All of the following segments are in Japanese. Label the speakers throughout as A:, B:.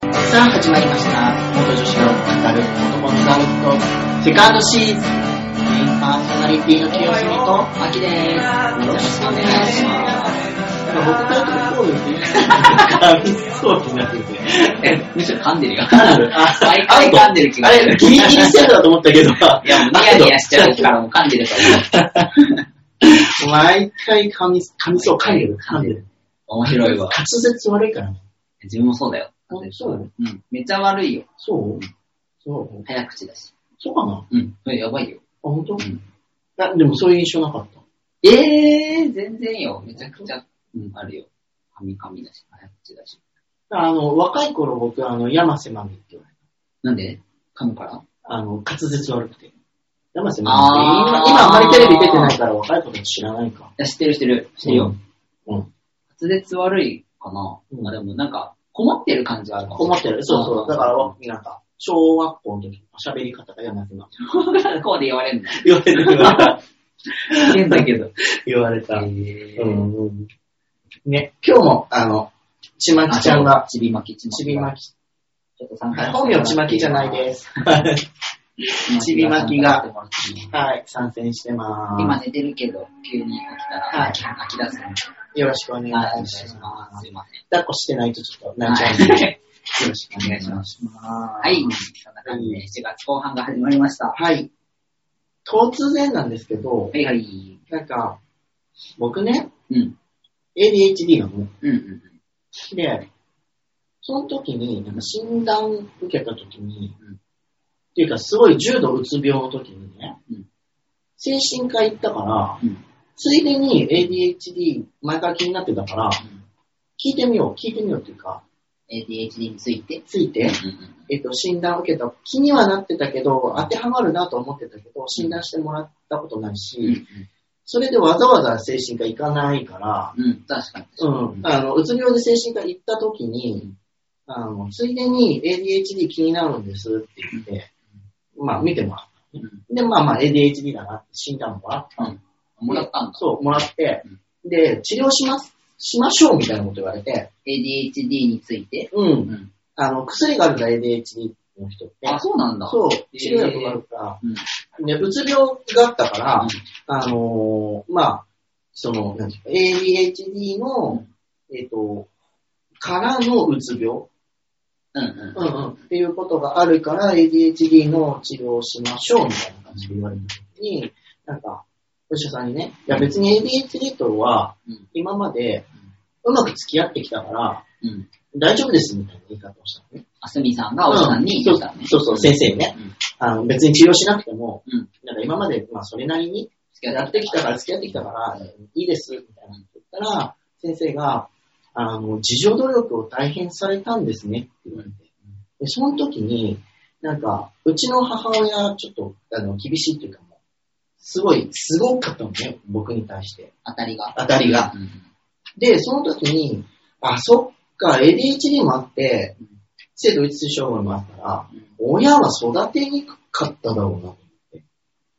A: から始まりました元女子の語る元々のアウトセカンドシーズンメインパーソナリティの清澄とアキですよろしくお願いします
B: 僕からこうですね。噛みそうになってて。
A: えむしろ噛んでるよ
B: 噛んでるあ
A: 毎回噛んでる気
B: あ
A: がする
B: れ、ギリギリセーフだと思ったけど。
A: いやもうニヤニヤしちゃうからもう噛んでると
B: 毎回噛み、噛みそう、噛んでる、噛んでる。
A: 思う面白いわ
B: 滑舌悪いから。
A: 自分もそうだよ
B: そうなの
A: うんめっちゃ悪いよ
B: そうそう
A: 早口だし
B: そうかなあ、
A: うんそれやばいよ
B: 本当
A: ん
B: なでもそういう印象なかった。
A: ええー、全然よめちゃくちゃうんあるよ噛み噛みだし早口だし
B: あの、若い頃僕はあの、山瀬まみって言われた。
A: なんで噛むから
B: あの、滑舌悪くて。山瀬まみ
A: あー
B: って今、今あんまりテレビ出てないから若い子も知らないか。
A: いや、知ってる知ってる。知ってるよ。
B: うん。
A: 滑舌悪いかな。
B: うん
A: まあでもなんか、困ってる感じはあるかも
B: 思ってる。そうそ
A: ん
B: う。だから、なんか、小学校の時の喋り方が山瀬まみ。
A: 小 学校で言われるの。
B: 言われた。
A: 変だけど。
B: 言われた。
A: え
B: うんね、今日も、あの、ちまきちゃんが、
A: ちびまき、ち
B: ちびまき、
A: ちょっと参加。
B: はい、本名ちまきじゃないですす。 はい
A: ちびまきが。
B: はい、参戦してま
A: 今
B: ー
A: 寝てるけど、急に飽きたら、
B: はい
A: 飽き飽き出すので。
B: す。よろしくお願いし
A: はい、お願い
B: ま
A: し
B: す。
A: ます。すいません。
B: 抱っこしてないとちょっと泣いちゃうんで、
A: は
B: よ
A: い、
B: ろしくお願いします。
A: はい、そんな感じで、7月後半が始まりました。は
B: はい。突然なんですけど、
A: いはい。
B: なんか、僕ね、
A: うん。
B: ADHD なの。
A: うんうん
B: で、その時に、なんか診断受けた時に、
A: うん
B: っていうかすごい重度うつ病の時にね、
A: うん
B: 精神科行ったから、
A: うん。うん。
B: ついでに ADHD 前から気になってたから、聞いてみよう、聞いてみようっていうか、
A: ADHD について。
B: ついて、
A: うんうん
B: えっと、診断受けた、気にはなってたけど、当てはまるなと思ってたけど、診断してもらったことないし、それでわざわざ精神科行かないから、
A: うん、確かに。
B: うん、あの、うつ病で精神科行った時に、あの、ついでに ADHD 気になるんですって言って、まあ見てもらった。で、まあまあ ADHD だなって診断もらっ
A: もらったんだ。
B: そう、もらって、で、治療します、しましょうみたいなこと言われて、
A: ADHD について。
B: う、
A: うんん。
B: あの、薬があるから ADHD の人って、
A: あ、そうなんだ。
B: そう
A: え、ー
B: 治療薬があるか
A: うん。
B: ら、で、うつ病があったから、あのーまあ、その、なんていうか、ADHD の、えっ、と、からのうつ病、
A: うんうん。
B: うんうん、っていうことがあるから、ADHD の治療をしましょう、みたいな感じで言われた時に、なんか、お医者さんにね、いや別に ADHD とは
A: うん、
B: 今まで、うまく付き合ってきたから、
A: うん。
B: 大丈夫です、みたいな言い方をしたのね。
A: あすみさんがおじさんに言った
B: う
A: ね
B: ん。そうそう、先生にね。あの、別に治療しなくても、
A: うん
B: なんか今まで、まあ、それなりに、
A: 付き
B: や
A: 合っ
B: ってて
A: き
B: きた
A: たか。
B: からら付き合ってきたから、いいです、みたいなこと言ったら、先生が、あの、自助努力を大変されたんですね、って言われて。で、その時に、なんか、うちの母親、ちょっと、あの、厳しいっていうかもう、すごい、すごかったのね、僕に対して。
A: 当たりが。
B: 当たりが。で、その時に、あ、そっか、ADHD もあって
A: うん、
B: 性同一性障害もあったら、親は育てにくかっただろうな。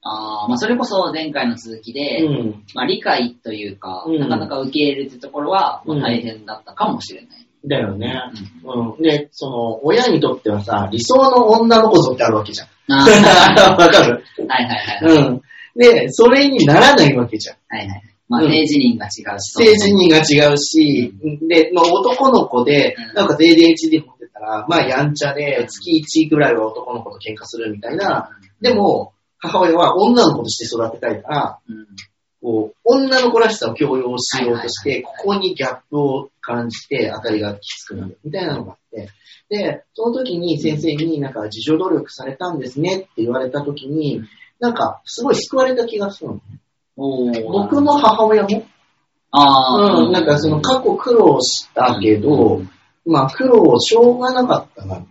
A: ああ、まあそれこそ前回の続きで、
B: うん。
A: まあ理解というか、
B: うん
A: なかなか受け入れるってところは、まあ、大変だったかもしれない。
B: だよね。うん。で、その、親にとってはさ、理想の女の子像ってあるわけじゃん。
A: あー
B: わかる
A: はいはいはい。
B: うん。で、それにならないわけじゃん。
A: はいはい。まあ
B: うん
A: 政治人が違うし。
B: 政治人が違うし、で、まあ、男の子で
A: うん、
B: なんか ADHD 持ってたら、まあやんちゃで、月1ぐらいは男の子と喧嘩するみたいな。でも、母親は女の子として育てたいから、
A: うん、うん
B: こう、女の子らしさを強要しようとし
A: はい
B: て、
A: はい
B: こ
A: はい
B: こにギャップを感じて、当たりがきつくなるみたいなのがあって、で、その時に先生になんか自助努力されたんですねって言われた時に、なんかすごい救われた気がするの。
A: おー
B: 僕も母親も、
A: ああ、
B: うん、なんかその過去苦労したけど、まあ苦労しょうがなかったな。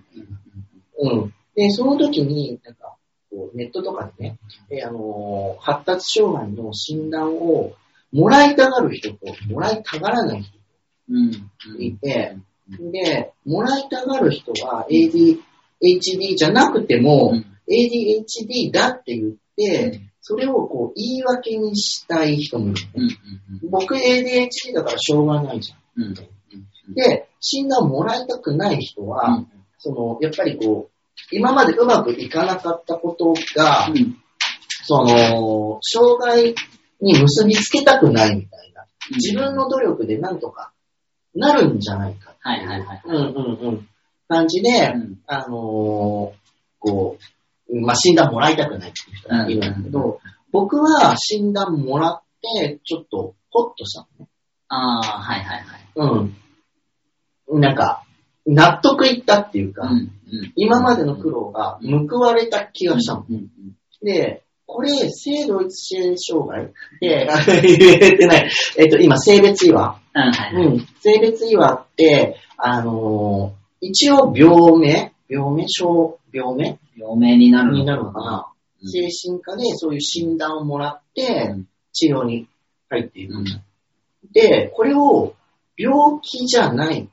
B: うん。で、その時に、なんか、こうネットとかでね、えあのー発達障害の診断をもらいたがる人と、もらいたがらない人
A: うん、
B: がいて、で、もらいたがる人は ADHD じゃなくても、ADHD だって言って、それをこう言い訳にしたい人もいる。僕 ADHD だからしょうがないじゃん。で、診断をもらいたくない人は、その、やっぱりこう、今までうまくいかなかったことが、
A: うん。
B: その、障害に結びつけたくないみたいな。自分の努力でなんとかなるんじゃないか。
A: はいはいはい。
B: うんうんうん。感じで、
A: うん
B: あのーこう、まあ、診断もらいたくないっていう人がいるんだけど、
A: うん
B: 僕は診断もらって、ちょっとホッとしたのね。
A: ああ、はいはいはい。
B: うん。なんか、納得いったっていうか、
A: うんうん
B: 今までの苦労が報われた気がしたの。
A: うんうん
B: で、これ、性同一性障害で、あ 言えてない。えっと、今、性別違和。
A: うんはいはい。
B: うん。性別違和って、あのー一応病名病名症病名
A: 病名になる
B: になるのかな、
A: うん
B: 精神科でそういう診断をもらっ
A: う
B: て
A: ん、
B: 治療に入っている。
A: うん
B: で、これを病気じゃないっ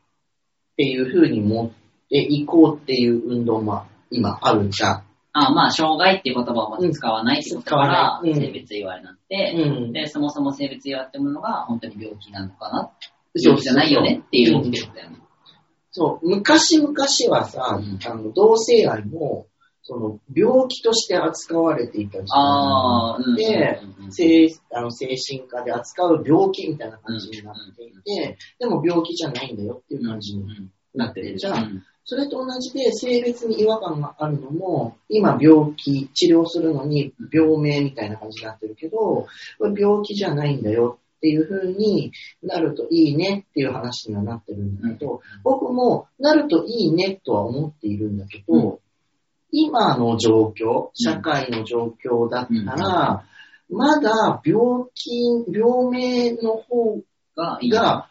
B: ていう風に持っていこうっていう運動も今あるじゃん。
A: ああ、まあ、障害っていう言葉をまず使わないってことだから、
B: うん使わない
A: 性
B: うん
A: 別言われになっ
B: う
A: て、
B: ん
A: で、そもそも性別言われってものが本当に病気なのかな
B: そう
A: 病気じゃないよねっていうことだよね。
B: そう、昔々はさ、
A: うん
B: あの同性愛も、その病気として扱われていた時代が
A: ああ、うん。
B: で
A: うんうん
B: 精あの精神科で扱う病気みたいな感じになっていて、でも病気じゃないんだよっていう感じになってるじゃん。
A: うん
B: それと同じで性別に違和感があるのも、今病気、治療するのに病名みたいな感じになってるけど、これ病気じゃないんだよっていう風になるといいねっていう話にはなってるんだけど、僕もなるといいねとは思っているんだけど、
A: う
B: 今の状況、社会の状況だったら、まだ病気、病名の方
A: が、いい。あ
B: が、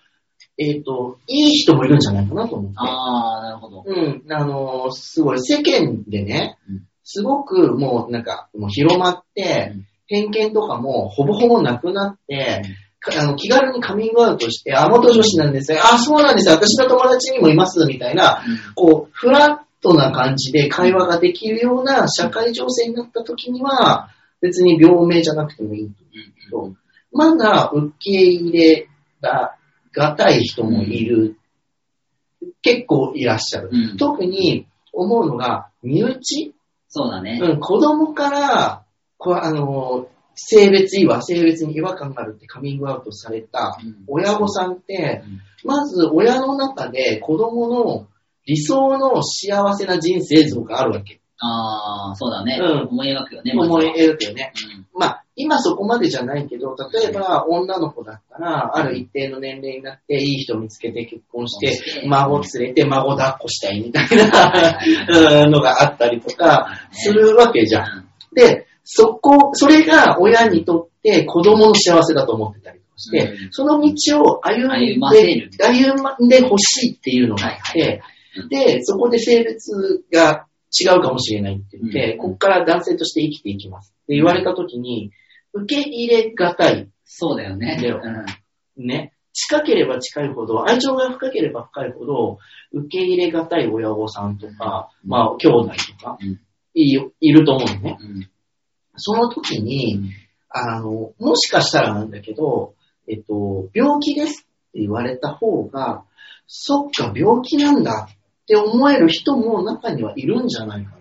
B: えっ、と、いい人もいるんじゃないかなと思って。
A: あー、なるほど。
B: うん、あのーすごい、世間でね
A: うん、
B: すごくもうなんか、もう広まって、偏見とかもほぼほぼなくなって、かあの気軽にカミングアウトして、あ、元女子なんですよ、あ、そうなんですよ、私の友達にもいます、みたいな、こう、フラットな感じで会話ができるような社会情勢になった時には、別に病名じゃなくてもいい
A: うんうん
B: と。まだ受け入れががたい人もいる。結構いらっしゃる。
A: うん
B: 特に思うのが、身内、
A: そうだね。
B: うん、子供から、こあの、性別違和、性別に違和感があるってカミングアウトされた
A: うん
B: 親御さんって、
A: うん
B: まず親の中で子供の理想の幸せな人生像があるわけ。
A: ああ、そうだね。
B: うん
A: 思い描くよね。
B: 思い
A: まずは
B: 描くよね。まあ、今そこまでじゃないけど、例えば女の子だったら、ある一定の年齢になって、いい人見つけて結婚して、孫連れて孫抱っこしたいみたいな うんのがあったりとかするわけじゃん。で、そこ、それが親にとって子供の幸せだと思ってたりとかして
A: う、ん
B: その道を歩
A: 歩
B: ん
A: ませ
B: で
A: る、
B: 歩んでほしいっていうのがあっ
A: はいはい
B: て
A: うん、
B: で、そこで性別が違うかもしれないって言って、
A: うん
B: ここから男性として生きていきますって言われた時に、受け入れがたい、
A: そうだよね。
B: だよ
A: うん
B: ね。近ければ近いほど、愛情が深ければ深いほど、受け入れがたい親御さんとか、
A: うん
B: まあ、兄弟とか、
A: うん
B: いいると思うのね。
A: うん
B: その時に、あの、もしかしたらなんだけど、えっと、病気ですって言われた方が、そっか、病気なんだって思える人も中にはいるんじゃないかな。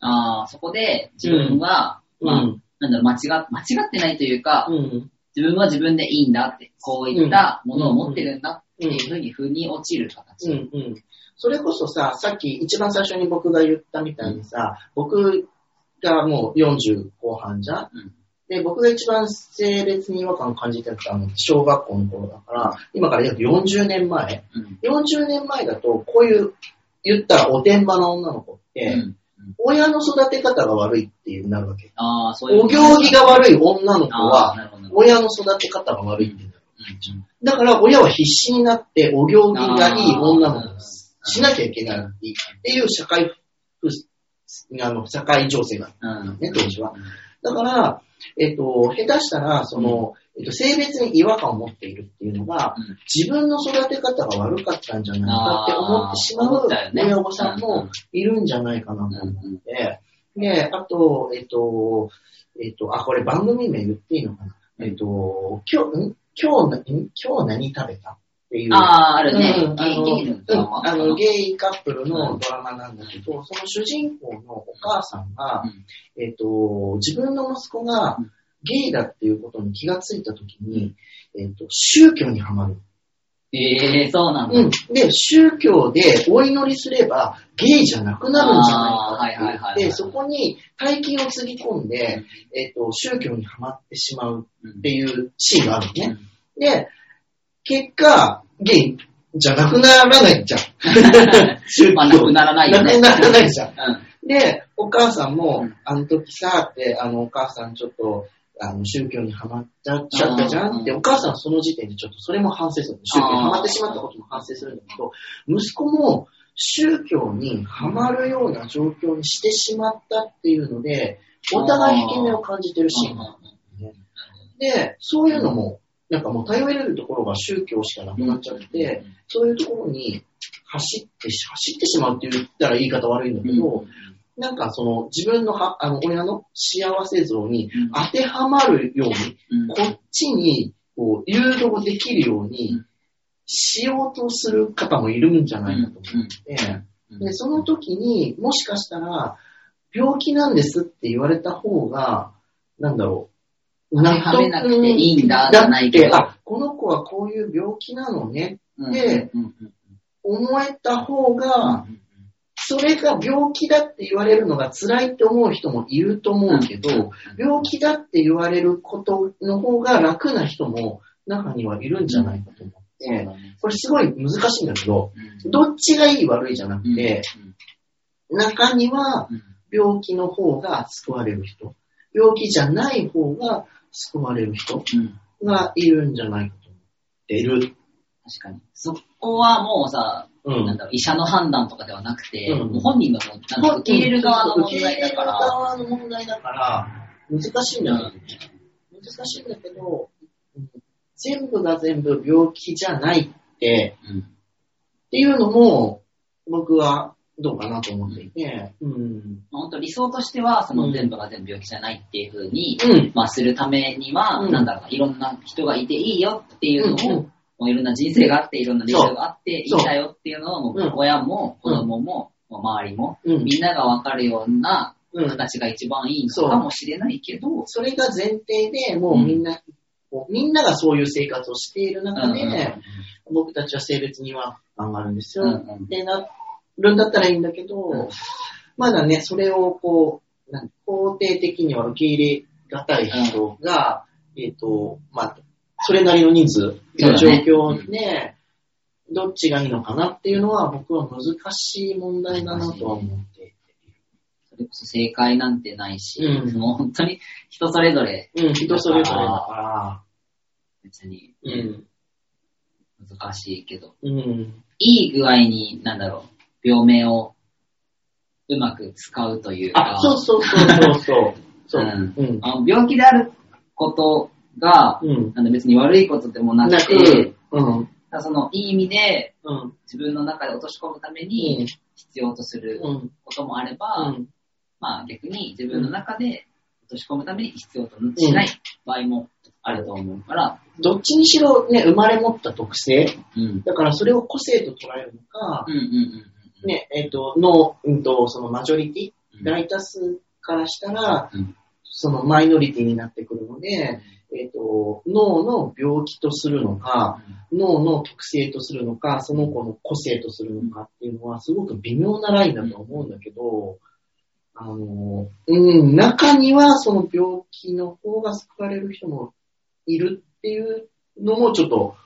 A: ああ、そこで自分は、
B: うん
A: まあなんだろう間違っ、間違ってないというか、
B: うん。
A: 自分は自分でいいんだって、こういったものを持ってるんだっていうふうに腑に落ち
B: う
A: る
B: ん、う
A: 形。
B: ん。それこそさ、さっき一番最初に僕が言ったみたいにさ、僕がもう40後半じゃん
A: うん
B: で、僕が一番性別に違和感を感じてたのは小学校の頃だから、今から約40年前。
A: うん
B: 40年前だと、こういう、言ったらおてんばな女の子って、
A: うん
B: 親の育て方が悪いっていうなるわけ。
A: ああ、そういう
B: お行儀が悪い女の子
A: あー
B: は、
A: なるほどなるほど
B: 親の育て方が悪いってなる。
A: うんうん
B: だから親は必死になって、お行儀がいい女の子にしなきゃいけないっていう社会風、あの、社会情勢があっ
A: うん
B: ね当時は。だから、えっと、下手したら、その、えっと、性別に違和感を持っているっていうのが、
A: うん
B: 自分の育て方が悪かったんじゃないかって思ってしま
A: あー思
B: う
A: ったよね
B: 親御さんもいるんじゃないかなと思って、で、あと、えっと、えっと、あ、これ番組名言っていいのかな、
A: うん
B: えっと、今日、ん今日な、ん今日何食べたっていう。
A: あー、あるね。
B: うん
A: ゲイゲイのドラマ
B: あの、ゲイカップルのドラマなんだけど、その主人公のお母さんが、
A: うん
B: えっ、と、自分の息子が
A: うん
B: ゲイだっていうことに気がついたときに、えっ、と、宗教にはまる。
A: ええー、そうなんだ。
B: うん。で、宗教でお祈りすれば、ゲイじゃなくなるんじゃないかって言って
A: あーはいはいはいはい
B: そこに大金をつぎ込んで、えっ、と、宗教にはまってしまうっていうシーンがあるのね。で、結果、ゲイじゃなくならないじゃん。宗
A: まあ、なくならないよね。
B: なくならないじゃん。
A: うん。
B: で、お母さんも、
A: うん
B: あの時さ、って、あの、お母さんちょっと、あの、宗教にはまっちゃっちゃったじゃんって、
A: あー
B: お母さんはその時点でちょっとそれも反省する。宗教にはまってしまったことも反省するんだけど、息子も宗教にはまるような状況にしてしまったっていうので、お互い引け目を感じてるシーンがあるのねで、そういうのも、なんかもう頼れるところが宗教しかなくなっちゃって、そういうところに走ってし、走ってしまうって言ったら言い方悪いんだけど、なんかその自分のはあの親の幸せ像に
A: うん
B: 当てはまるように、
A: うん
B: こっちにこう誘導できるよう
A: う
B: に
A: ん
B: しようとする方もいるんじゃないかと思って、で、その時にもしかしたら病気なんですって言われた方が、なんだろう、
A: 当てはめなくていいんだ、じゃないけど
B: だってあ、この子はこういう病気なのね、
A: うん
B: で
A: うんうん
B: 思えた方
A: うん
B: が、それが病気だって言われるのが辛いって思う人もいると思うけど、病気だって言われることの方が楽な人も中にはいるんじゃないかと思って、
A: そうだね
B: これすごい難しいんだけど、
A: うん
B: どっちがいい悪いじゃなくて、
A: うん
B: 中には
A: うん
B: 病気の方が救われる人、病気じゃない方が救われる人
A: うん
B: がいるんじゃないかと思っている。
A: 確かに。そこはもうさ、
B: う
A: なん
B: ん。
A: だろう医者の判断とかではなくて、
B: うん
A: もう本人のもうなんか受け入れる側の問題だか
B: 受け入れる
A: ら、
B: 側の問題だから、難しいんだよね。難しいんだけど、うん全部が全部病気じゃないって、
A: うん
B: っていうのも、僕はどうかなと思っていて、うん。うん。
A: まあ本当理想としては、そうの
B: ん
A: 全部が全部病気じゃないっていうふうに、
B: うん。
A: まあするためには、
B: うん
A: なんだろうな、いろんな人がいていいよっていうのを、
B: うん
A: もういろんな人生があって、いろんな理想があって、いい
B: そ
A: ん
B: う
A: だよっていうのを、もう
B: うん
A: 親も子供も、もう周りも、
B: うん
A: みんながわかるような
B: うん
A: 形が一番いいのかもしれないけど、
B: それが前提で、もうみんな、こうみんながそういう生活をしている中で、僕たちは性別には頑張るんですよ、
A: うんうん
B: ってなるんだったらいいんだけど、
A: うん
B: まだね、それをこう、なん肯定的には受け入れがたい人が、えっ、と、まあ、それなりの人数の
A: そうだね
B: 状況で、どっちがいいのかなっていうのは僕は難しい問題だなとは思って。
A: それこそ正解なんてないし、
B: うん
A: もう本当に人それぞれ
B: うん、人それぞれだか
A: 別に
B: ら。うん。
A: 難しいけど、
B: うん。
A: いい具合に、なんだろう、病名をうまく使うというか、
B: あ、そうそうそうそうそう。 そう。
A: うん
B: うん。
A: あの病気であることが、
B: うん。
A: なんだ別に悪いことでもな
B: な
A: くて、
B: く、うん。
A: ただそのいい意味で
B: うん。
A: 自分の中で落とし込むために必要とする
B: うん。
A: こともあれば、
B: うん。
A: まあ逆に自分の中で落とし込むために必要としない場合もあると思うから、
B: どっちにしろね、生まれ持った特性。
A: うん。
B: だからそれを個性と捉えるのか
A: う、んうんうんうん。
B: ね、えっ、と、の、うんと、そのマジョリテ
A: うん
B: ィ、大多数からしたら、
A: うん
B: そのマイノリティになってくるので、えっ、と、脳の病気とするのか、脳の特性とするのか、その子の個性とするのかっていうのは、すごく微妙なラインだと思うんだけど、あの、うん、中にはその病気の方が救われる人もいるっていうのもちょっと、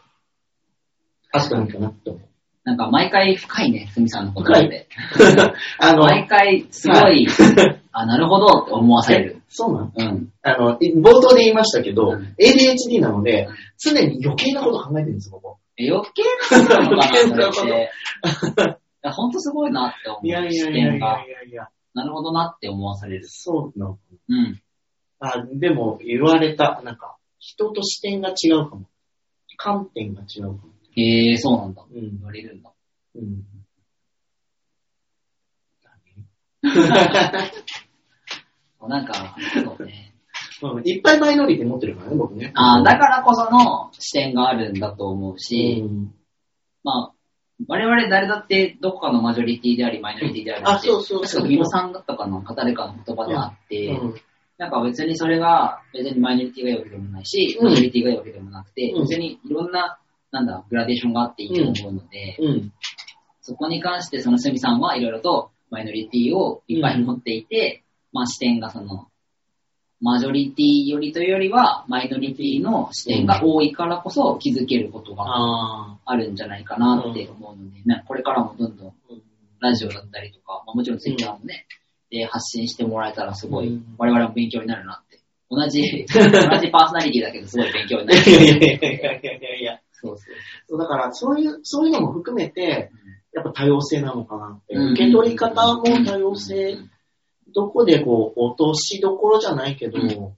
B: 確かにかなって思う。
A: なんか毎回深いね、すみさんの言葉で。
B: あの、
A: 毎回すごい、あ、なるほどって思わされる。
B: そうなの
A: うん。
B: あの、い冒頭で言いましたけど、
A: うん
B: ADHD なので、常に余計なこと考えてるんですよ、僕。
A: え余計なことなのか
B: 余計な
A: な
B: こと
A: それって。ほんとすごいなって思う。視点が。
B: いや。
A: なるほどなって思わされる。
B: そうなの。
A: うん。
B: あ、でも言われた、なんか、人と視点が違うかも。観点が違うかも。
A: へえ、そうなんだ。
B: うん
A: 言。われるんだ。
B: うん。
A: なんか、そうね。
B: うんいっぱいマイノリティ持ってるからね、僕ね。
A: あだからこその視点があるんだと思うし、
B: うん
A: まあ、我々誰だってどこかのマジョリティであり、マイノリティであり
B: あ、
A: って、
B: そうそう
A: 確
B: そ
A: か
B: う。
A: ギロさんだったかの語りかの言葉であって、
B: うん
A: なんか別にそれが、別にマイノリティがいいわけでもないし、
B: うん
A: マジョリティがいいわけでもなくて、
B: うん
A: 別にいろんな、なんだ、グラデーションがあっていいと思うので、
B: うん。
A: そこに関してそのすみさんはいろいろとマイノリティをいっぱい持っていて、まあ視点がその、マジョリティよりというよりは、マイノリティの視点が多いからこそ気づけることが
B: あ
A: あるんじゃないかなって思うので、ねこれからもどんどん
B: ー
A: ラジオだったりとか、まあ、もちろんツイッターもね、で発信してもらえたらすごい、
B: うん
A: 我々も勉強になるなって。同 じ、同じパーソナリティだけどすごい勉強にないる。
B: やいやいやいやいやいやいや。
A: そうそう。
B: そうだから、そういう、そういうのも含めて、やっぱ多様性なのかなって。
A: うん
B: 受け取り方も多様
A: う
B: 性
A: ん、
B: どこでこう、落としどころじゃないけど、
A: うん
B: ど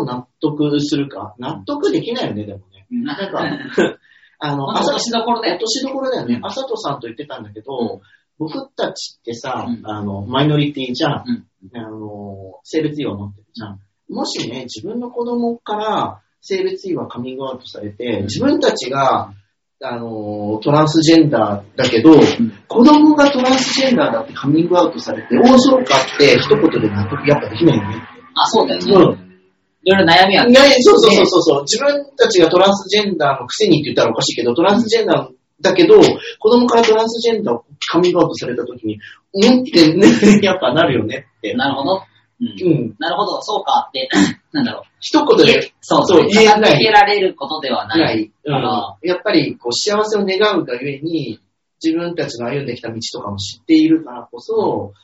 B: う納得するか。納得できないよね、でもね。
A: うん
B: なん
A: なんか、
B: か、 あの、
A: 落
B: 朝
A: としどころだ
B: 落
A: よ。
B: としどころだよ
A: う
B: ね。
A: ん
B: あさとさんと言ってたんだけど、
A: う
B: 僕たちってさ、
A: うん
B: あの、マイノリティじゃん。
A: うん
B: あの、性別違和を持ってるじゃん。もしね、自分の子供から性別違和カミングアウトされて、
A: うん
B: 自分たちが、あの、トランスジェンダーだけど、子供がトランスジェンダーだってカミングアウトされて、大丈夫かって一言で納得やっぱできないよね。
A: あ、そうだよね。
B: うん
A: いろいろ悩みはある
B: いやいやそうそうそうそうそう、自分たちがトランスジェンダーのくせにって言ったらおかしいけど、トランスジェンダーだけど、子供からトランスジェンダーをカミングアウトされた時に、うんって、ね、やっぱなるよねって。
A: なるほど。う
B: うんん。
A: なるほど、そうかって、 なんだろう。
B: 一言で、
A: そう
B: そう言えない
A: 片付けられることでは
B: な
A: ない。
B: い。うん、やっぱりこう幸せを願うがゆえに、自分たちの歩んできた道とかも知っているからこそ、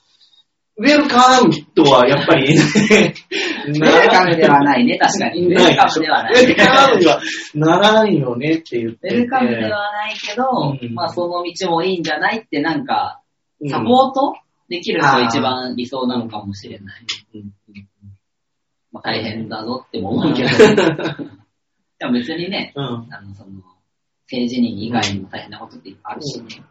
B: ウェルカムとはやっぱり、 ウ
A: ウェルカムではないね、確かに。ウェルカムではない。
B: ウェルカムにはならないよねって言って
A: ウ
B: て。
A: ェルカムではないけど、
B: うん
A: まあその道もいいんじゃないってなんか、
B: うん
A: サポートできるのが一番理想なのかもしれない。
B: うん
A: まあ大変だぞっても思うけど。 でも別にね、
B: うん
A: あの、その、政治人以外にも大変なことってあるしね。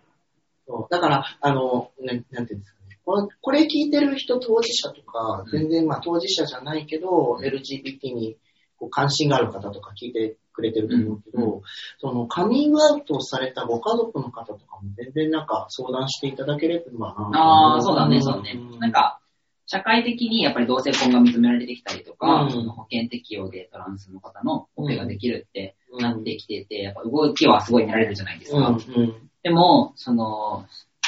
B: そうだから、あの、ねなんていうんですかね。これこれ聞いてる人、当事者とか、
A: うん
B: 全然、まあ、当事者じゃないけど、
A: うん
B: LGBT にこう関心がある方とか聞いてくれてると思うけど、
A: う
B: その、カミングアウトされたご家族の方とかも全然なんか相談していただければな
A: ああ、そうだね、そうだね。
B: ん
A: なんか、社会的にやっぱり同性婚が認められてきたりとか、
B: うん
A: その保険適用でトランスの方のオペができるって
B: うん
A: なってきてて、やっぱ動きはすごい見られるじゃないです
B: うん、
A: か。
B: うん。
A: でも、その、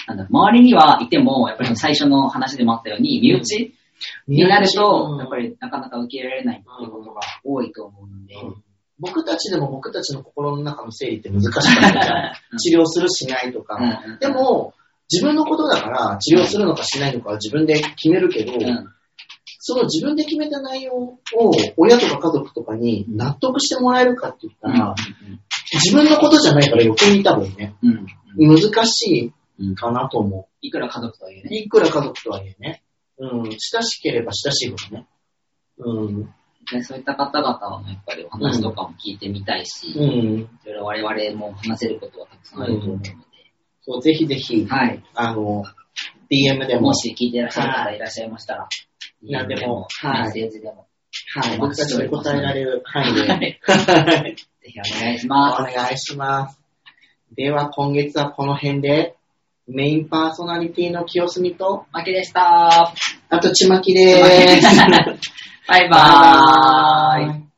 A: なんだろう周りにはいても、やっぱり最初の話でもあったように、身内になると、やっぱりなかなか受け入れられないっていうことが多いと思うので、
B: うん僕たちでも僕たちの心の中の整理って難しかったじゃん。治療するしないとか。
A: うん
B: で、も、自分のことだから治療するのかしないのかは自分で決めるけど、
A: うん
B: その自分で決めた内容を親とか家族とかに納得してもらえるかって言ったら、自分のことじゃないから余計に多分ね、
A: うんうんうん
B: 難しいかなと思。
A: いくら家族とはいうえね、
B: いくら家族とはいえね、うん、親しければ親しいほどね。うん、
A: でそういった方々のやっぱりお話とかも聞いてみたいし、
B: うん。
A: いろいろ我々も話せることはたくさんあると思うので、
B: そう、ぜひぜひ、
A: はい。
B: あの、DM でも
A: も、し聞いてらっしゃる方いらっしゃいましたら、
B: いやでもはい
A: メッセージでも、
B: はい、僕たちに答えられる範囲で、
A: はい
B: はい
A: ぜひお願いし
B: お
A: ます。
B: 願いします。では、今月はこの辺で、メインパーソナリティの清澄と、
A: 負けでした。
B: あとちまきでーす。
A: バイバーイ。
B: ーイ。